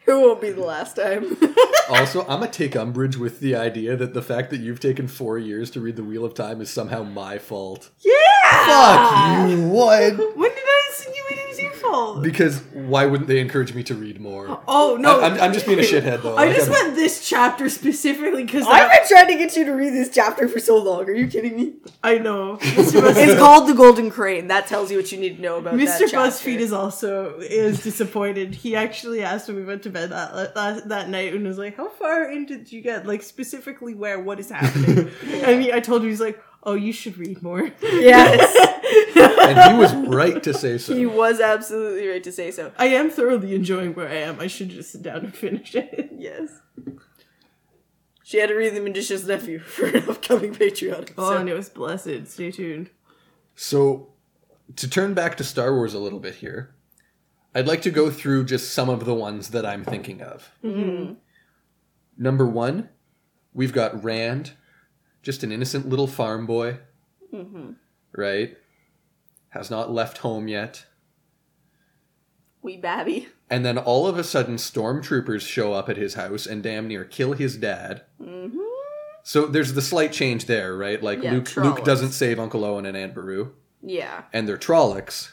It won't be the last time. Also, I'm going to take umbrage with the idea that the fact that you've taken four years to read The Wheel of Time is somehow my fault. Yeah! Ah. Fuck you, what? When did I insinuate it was your fault? Because why wouldn't they encourage me to read more? oh no, I, am I'm just being a shithead though. I Like, just I'm- meant this chapter specifically because I've I, been trying to get you to read this chapter for so long. Are you kidding me? I know Mr. It's Buzz- called the Golden Crane. That tells you what you need to know about that Mr. chapter. Buzzfeed is also is disappointed. He actually asked when we went to bed that la- that, that night and was like, "How far into did you get? Like specifically where? What is happening?" and he, I told him he's like, "Oh, you should read more." yes. and he was right to say so. He was absolutely right to say so. I am thoroughly enjoying where I am. I should just sit down and finish it. Yes. She had to read The Magician's Nephew for an upcoming Patreon episode. Oh, and it was blessed. Stay tuned. So, to turn back to Star Wars a little bit here, I'd like to go through just some of the ones that I'm thinking of. Number one, we've got Rand, just an innocent little farm boy, right? Has not left home yet. Wee babby. And then all of a sudden, stormtroopers show up at his house and damn near kill his dad. So there's the slight change there, right? Like Mm-hmm. Yeah, Luke, Luke Trollocs. doesn't save Uncle Owen and Aunt Beru, Yeah. and they're Trollocs.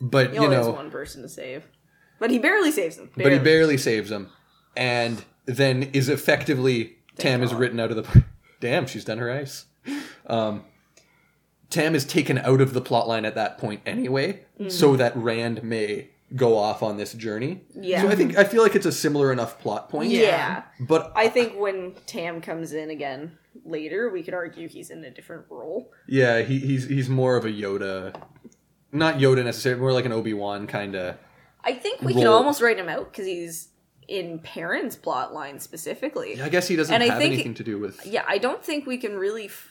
But He you only know, has one person to save. But he barely saves them. but he barely saves them, and then is effectively Tam is written out of the. p- Damn, she's done her ice. Um, Tam is taken out of the plotline at that point anyway, so Mm-hmm. that Rand may go off on this journey. Yeah. So I think I feel like it's a similar enough plot point. Yeah. yeah. But I think when Tam comes in again later, we could argue he's in a different role. yeah, he, he's he's more of a Yoda, not Yoda necessarily, more like an Obi Wan kind of. I think we can Role. almost write him out because he's in Perrin's plot line specifically. I guess he doesn't And I have think- anything to do with. yeah i don't think we can really f-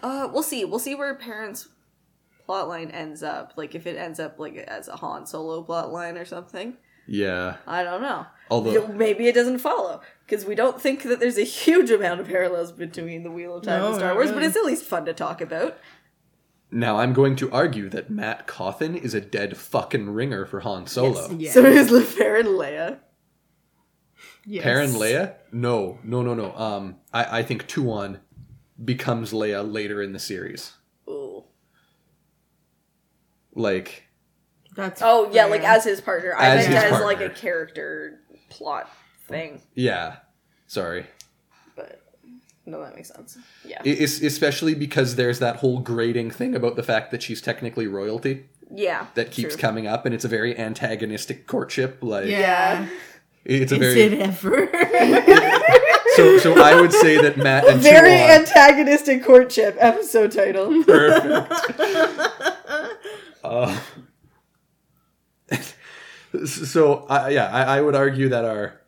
uh we'll see we'll see where parents plotline ends up like if it ends up like as a han solo plotline or something Yeah, i don't know Although- maybe it doesn't follow because we don't think that there's a huge amount of parallels between the wheel of time No, and star not wars but really. it's at least fun to talk about Now I'm going to argue that Matt Coffin is a dead fucking ringer for Han Solo. Yeah. so is LeFerre and leia Yes. Perrin Leia? No, no, no, no. Um, I, I think Tuan becomes Leia later in the series. Ooh. Like, That's oh yeah fair. like as his partner i As meant his as partner. like a character plot thing yeah. Sorry. but no, that makes sense. Yeah. E- es- especially because there's that whole grading thing about the fact that she's technically royalty yeah. that keeps true. coming up, and it's a very antagonistic courtship. Like Yeah. it's a Is very it ever? so. So I would say that Matt and Very Chuan- antagonistic courtship episode title. Perfect. Uh, so, I yeah, I, I would argue that our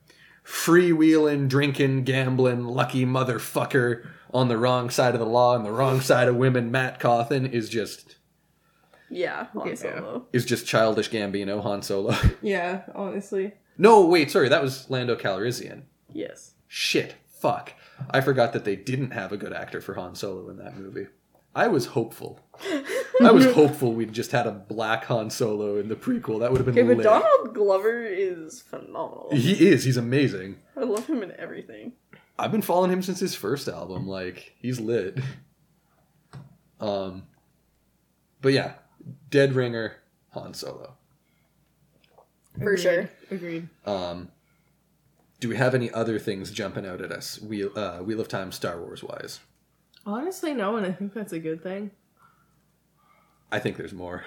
freewheeling, drinking, gambling, lucky motherfucker on the wrong side of the law and the wrong side of women, Matt Cawthon is just yeah. Han Yeah. Solo. is just childish Gambino Han Solo. yeah, honestly. no, wait, sorry, that was Lando Calrissian. Yes. Shit, fuck, I forgot that they didn't have a good actor for Han Solo in that movie. I was hopeful. I was hopeful we'd just had a black Han Solo in the prequel. That would have been Okay, but lit. Donald Glover is phenomenal. He is. He's amazing. I love him in everything. I've been following him since his first album. Like he's lit. Um, but yeah, Dead Ringer, Han Solo. For sure. Agreed. Um, do we have any other things jumping out at us? Wheel, uh, Wheel of Time, Star Wars wise. Honestly, no, and I think that's a good thing. I think there's more.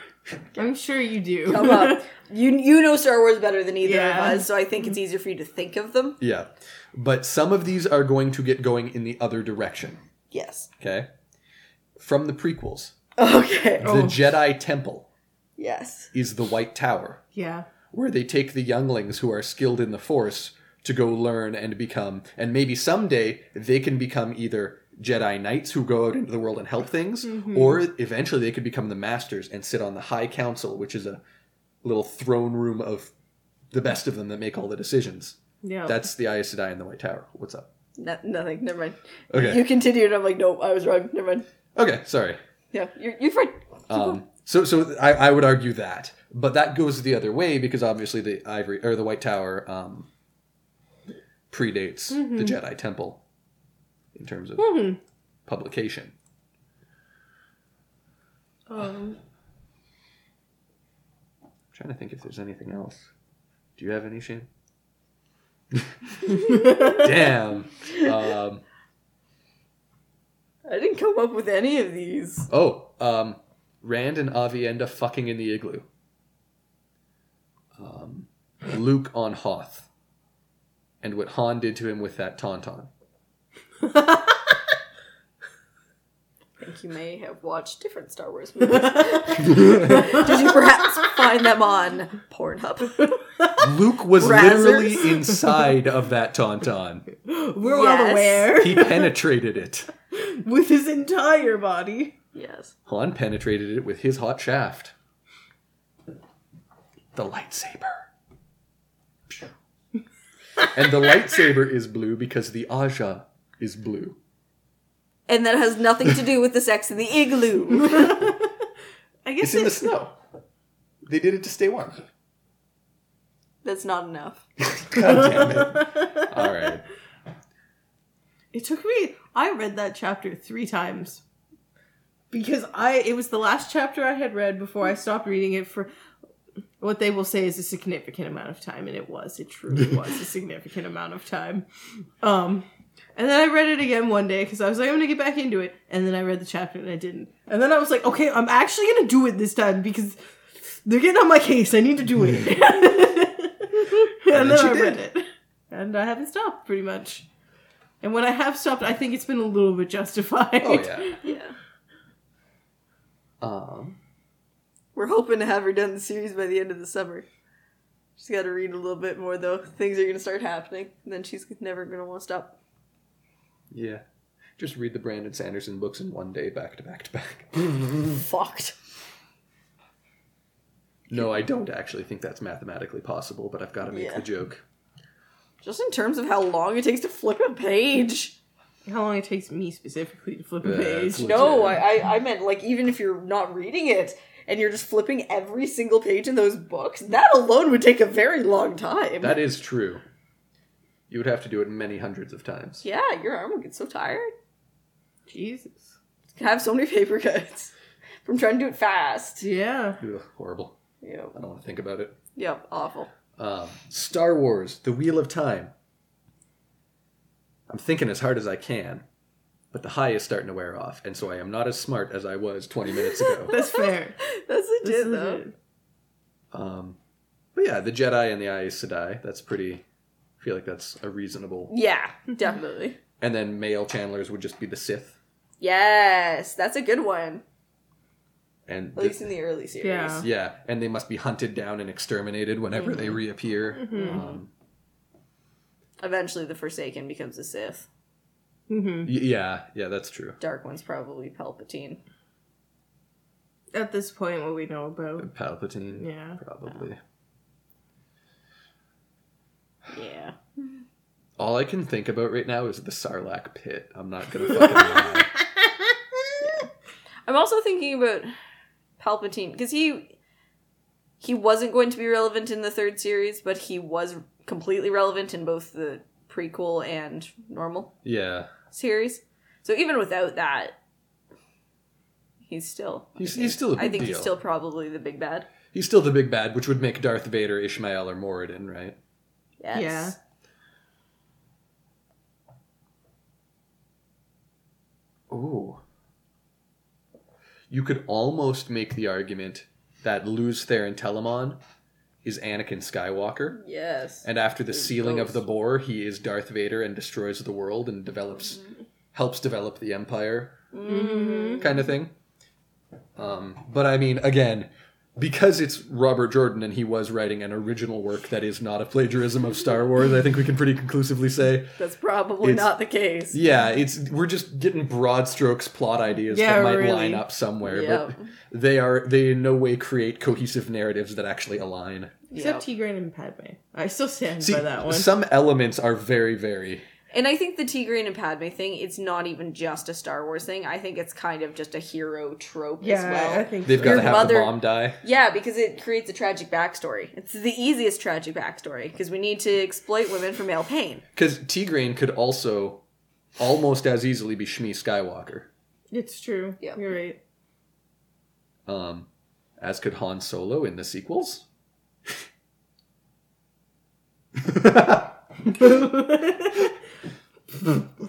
I'm sure you do. Come on. Oh, You you know Star Wars better than either Yeah. of us, so I think it's easier for you to think of them. Yeah, but some of these are going to get going in the other direction. Yes. Okay, from the prequels, Okay. the Jedi Temple Yes. is the White Tower. yeah. where they take the younglings who are skilled in the force to go learn and become and maybe someday they can become either jedi knights who go out into the world and help things or eventually they could become the masters and sit on the high council which is a little throne room of the best of them that make all the decisions Yeah. that's the Aes Sedai in the White Tower. What's up? No, nothing. Never mind. Okay. You continued. I'm like, nope, I was wrong. Never mind. Okay, sorry. Yeah, you're, you're fine. Um, so, so I, I would argue that, but that goes the other way because obviously the ivory or the White Tower um, predates the Jedi Temple in terms of publication. um, I'm trying to think if there's anything else. Do you have any, Shane? Damn. Um, I didn't come up with any of these. oh, um, Rand and Avi end up fucking in the igloo. Um, Luke on Hoth, and what Han did to him with that tauntaun. I think you may have watched different Star Wars movies. Did you perhaps find them on Pornhub? Luke was Razzers. literally inside of that tauntaun. we're all Yes. aware He penetrated it. with his entire body. yes. Han penetrated it with his hot shaft. The lightsaber. Pew. and the lightsaber is blue because the Aja is blue. And that has nothing to do with the sex in the igloo. I guess It's in the snow. They did it to stay warm. That's not enough. God damn it. All right. It took me. I read that chapter three times because I. It was the last chapter I had read before I stopped reading it for what they will say is a significant amount of time, and it was. It truly was a significant amount of time. Um, and then I read it again one day because I was like, I'm gonna get back into it, and then I read the chapter and I didn't. And then I was like, okay, I'm actually gonna do it this time because they're getting on my case. I need to do it. and then then she I read did. it, and I haven't stopped pretty much. And when I have stopped, I think it's been a little bit justified. Oh, yeah. Yeah. Um, We're hoping to have her done the series by the end of the summer. She's got to read a little bit more, though. Things are going to start happening, and then she's never going to want to stop. yeah. Just read the Brandon Sanderson books in one day, back to back to back. Fucked. No, I don't actually think that's mathematically possible, but I've got to make Yeah. the joke. Just in terms of how long it takes to flip a page. How long it takes me specifically to flip a Yeah, it's page? like- No, I, I, I meant like even if you're not reading it and you're just flipping every single page in those books, that alone would take a very long time. That is true. You would have to do it many hundreds of times. yeah, your arm would get so tired. Jesus. You can have so many paper cuts from trying to do it fast. Yeah. Ugh, horrible. Yep, I don't want to think about it. yep, awful. Um, Star Wars: The Wheel of Time. I'm thinking as hard as I can, but the high is starting to wear off, and so I am not as smart as I was 20 minutes ago. That's fair. That's This legit is though. it. um, but yeah, the Jedi and the Aes Sedai. That's pretty. I feel like that's a reasonable. Yeah, definitely. And then male channelers would just be the Sith, yes, that's a good one. and At the- least in the Mm-hmm. early series. Yeah. yeah, and they must be hunted down and exterminated whenever they reappear. Mm-hmm. Um, Eventually, the Forsaken becomes a Sith. Mm-hmm. y- yeah, yeah, that's true. Dark one's probably Palpatine. At this point, what we know about. Palpatine, Yeah. probably. Yeah. All I can think about right now is the Sarlacc pit. I'm not gonna fucking lie. I'm also thinking about Palpatine because he he wasn't going to be relevant in the third series, but he was completely relevant in both the prequel and normal Yeah, series. So even without that, he's still. he's, he's still. a I big think deal. he's still probably the big bad. He's still the big bad, which would make Darth Vader, Ishmael, or Moradin, right? Yes. Yeah. Ooh. You could almost make the argument that Luz Theron Telamon is Anakin Skywalker, Yes. and after the sealing of both. the Boar, he is Darth Vader and destroys the world and develops, helps develop the Empire, Mm-hmm. Mm-hmm. kind of thing. Um, but I mean, again, because it's Robert Jordan and he was writing an original work that is not a plagiarism of Star Wars, I think we can pretty conclusively say That's probably It's- not the case. yeah, it's we're just getting broad strokes plot ideas Yeah, that might really. line up somewhere, Yep. but they are they in no way create cohesive narratives that actually align. Yeah. Except Tigran and Padme. I still stand See, by that one. some elements are very very And I think the Tigrine and Padme thing, it's not even just a Star Wars thing. I think it's kind of just a hero trope as yeah, well. I think they've so. got to Your have the mother- mom die. Yeah, because it creates a tragic backstory. It's the easiest tragic backstory because we need to exploit women for male pain. Cuz Tigraine could also almost as easily be Shmi Skywalker. It's true. Yeah. You're right. Um as could Han Solo in the sequels.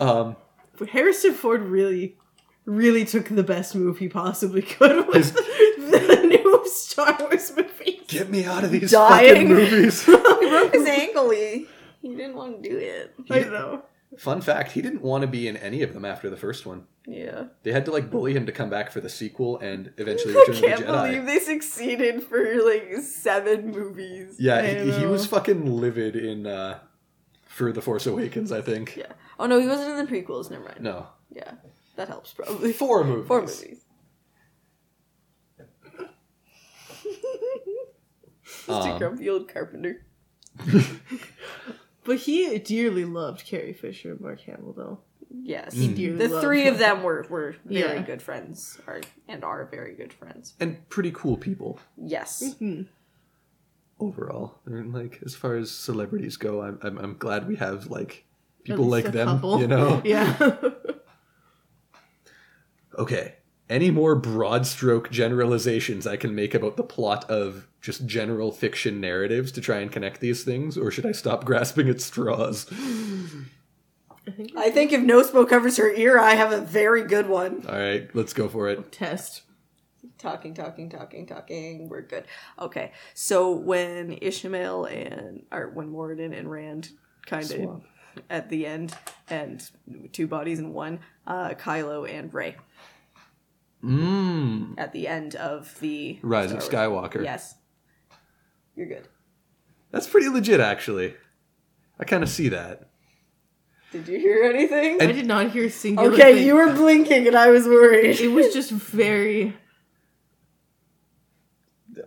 um Harrison Ford really, really took the best move he possibly could His- with the new Star Wars movies. get me out of these fucking Dying. movies. He broke his ankle. He, he didn't want to do it. I know. Fun fact, he didn't want to be in any of them after the first one. Yeah. They had to like bully him to come back for the sequel and eventually I Return of the can't Jedi. believe they succeeded for like seven movies. yeah, I he, he know. was fucking livid in uh for The Force Awakens, I think. Yeah. Oh no, he wasn't in the prequels. Never mind. No. Yeah. That helps probably. Four movies. Four movies. Just a Um, grumpy old carpenter. But he dearly loved Carrie Fisher and Mark Hamill, though. Yes. Mm. He dearly The loved three of Mark- them were, were very Yeah. good friends are, and are very good friends. And pretty cool people Yes. overall. I mean, like as far as celebrities go, I'm I'm, I'm glad we have like At people least like a them, couple. you know. Yeah. Okay. Any more broad stroke generalizations I can make about the plot of just general fiction narratives to try and connect these things, or should I stop grasping at straws? I think I think if No Smoke covers her ear, I have a very good one. All right, let's go for it. test. Talking, talking, talking, talking. We're good. Okay. So when Ishmael and, or when Moradin and Rand kind of Swap. at the end, and two bodies in one, uh, Kylo and Rey Mmm. at the end of the Rise of Star Wars. Skywalker. Yes. You're good. That's pretty legit, actually. I kind of see that. Did you hear anything? I did not hear a singular Okay, thing. you were blinking and I was worried. It was just very.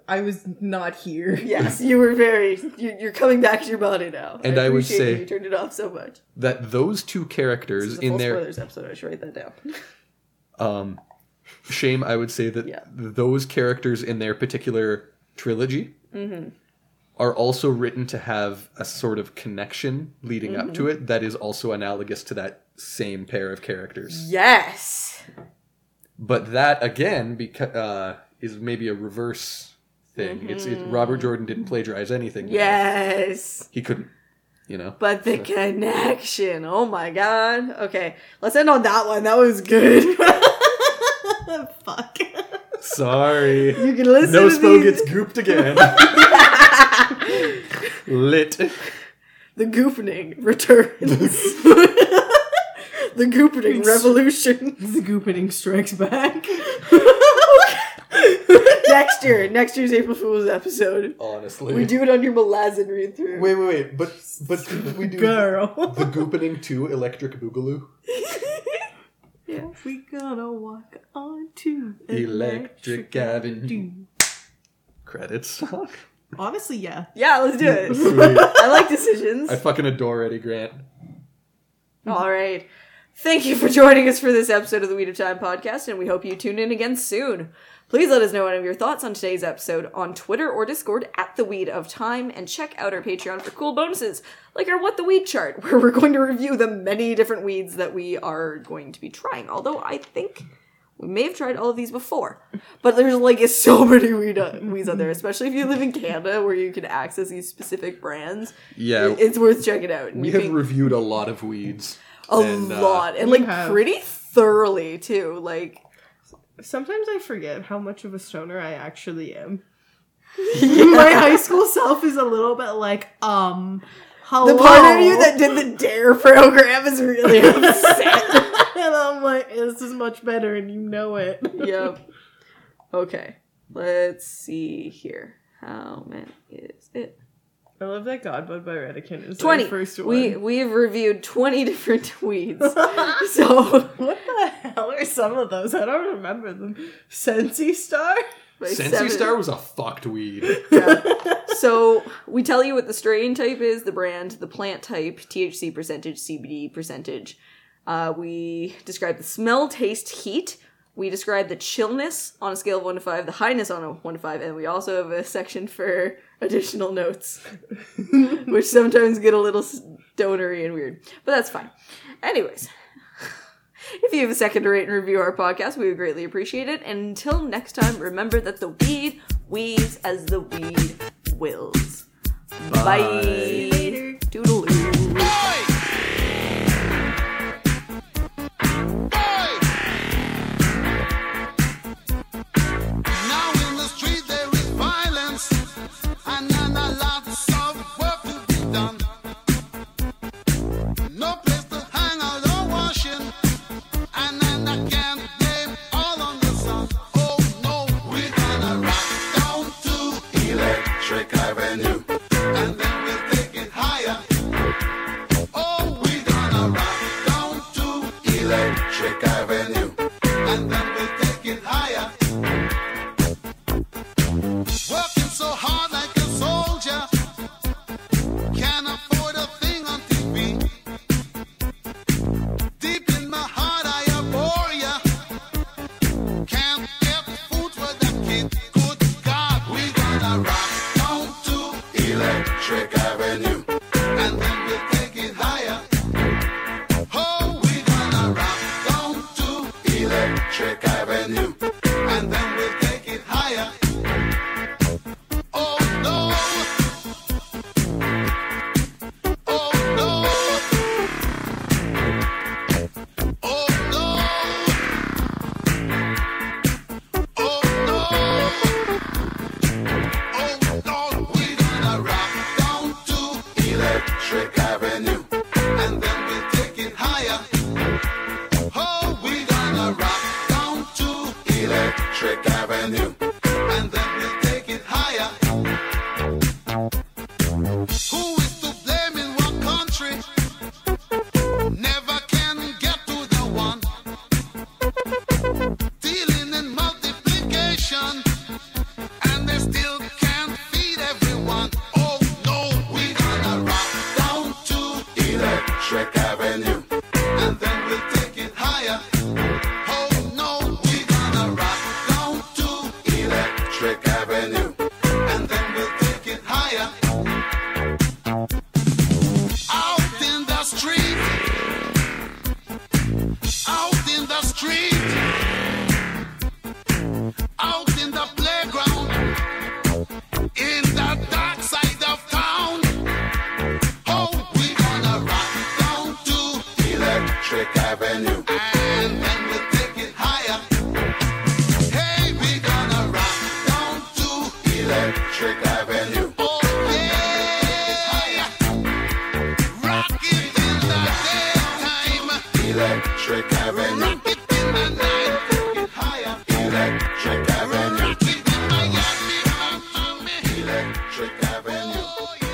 I was not here. Yes, you were very. You, you're coming back to your body now. And I would appreciate say- that you turned it off so much. That those two This characters is a in full their spoilers episode. I should write that down. um, shame, I would say that Yeah. those characters in their particular trilogy Mm-hmm. are also written to have a sort of connection leading up to Mm-hmm. it that is also analogous to that same pair of characters. Yes. but that again beca- uh, is maybe a Mm-hmm. reverse thing. It's it, Robert Jordan didn't plagiarize anything. there. Yes. he couldn't. you know. But the connection. Oh my god. Okay, let's end on that one. That was good. Fuck. Sorry. you can listen No to smoke these- gets gooped again. Lit. The goopening returns. the goopening revolution. the goopening strikes back. next year. Next year's April Fool's episode. Honestly. We do it on your melazin read through. Wait, wait, wait. But but could we do Girl. the goopening to electric boogaloo? we gonna walk on to Electric Avenue. Credits. Honestly, yeah. Yeah, let's do it. Sweet. I like decisions. I fucking adore Eddie Grant. Oh. All right. Thank you for joining us for this episode of the Weed of Time podcast, and we hope you tune in again soon. Please let us know any of your thoughts on today's episode on Twitter or Discord at The Weed of Time, and check out our Patreon for cool bonuses, like our What the Weed chart, where we're going to review the many different weeds that we are going to be trying. Although I think we may have tried all of these before, but there's like so many weed uh, weeds out there, especially if you live in Canada where you can access these specific brands. Yeah. It's worth checking out. we You have can- reviewed a lot of weeds. a And, uh, lot and You like have. pretty thoroughly too like Sometimes I forget how much of a stoner I actually am. My high school self is a little bit like, um, hello. the part of you that did the dare program is really upset and I'm like, this is much better, and you know it. yep okay let's see here how many is it I love that Godbud by Redican is 20 the first one. we we've reviewed 20 different weeds so what the hell are some of those? I don't remember them. Sensi Star? like Sensi seven. Star was a fucked weed. so we tell you what the strain type is, the brand, the plant type, THC percentage, CBD percentage. Uh, we describe the smell, taste, heat. We describe the chillness on a scale of 1 to 5, the highness on a 1 to 5, and we also have a section for additional notes, which sometimes get a little stonery and weird. But that's fine. Anyways, if you have a second to rate and review our podcast, we would greatly appreciate it. And until next time, remember that the weed weeds as the weed wills. Bye. Later. Doodaloo. Now in the street there is violence, and then a lots of work to be done. No place to hang out or washing, and then I can't blame all on the sun. Oh no, we're gonna rock down to Electric Avenue, and then we'll take it higher. Oh, we're gonna rock down to Electric Avenue, and then we'll take it higher. Working so hard like a soldier. Can't afford a thing on TV. Deep in my heart, I abhor ya. Can't get food for the kid. Good God, we gonna rock down to Electric Avenue. And then we'll take it higher. Oh, we gonna rock down to Electric Avenue. And then we'll take it higher. Oh no! Oh no! Oh no! Oh no! Oh no! We're gonna rock down to Electric Avenue, and then we'll take it higher. Oh, we're gonna rock down to Electric Avenue, and then we'll take it higher. Who is to blame in one country? Never can get to the one. Dealing in multiplication, and they still can't feed everyone. Oh no, we're gonna rock down to Electric Avenue, and then we'll take it higher. Oh no, we're gonna rock down to Electric Avenue, and then we'll take it higher out in the street. Out in the street. Out in the playground. In the dark side of town. Oh, we Electric Avenue. Oh, yeah. Rock it in the daytime. Electric Avenue. Rock it in the night. Rock it higher. Electric Avenue. Rock it in Miami, Miami. Electric Avenue. Oh, yeah.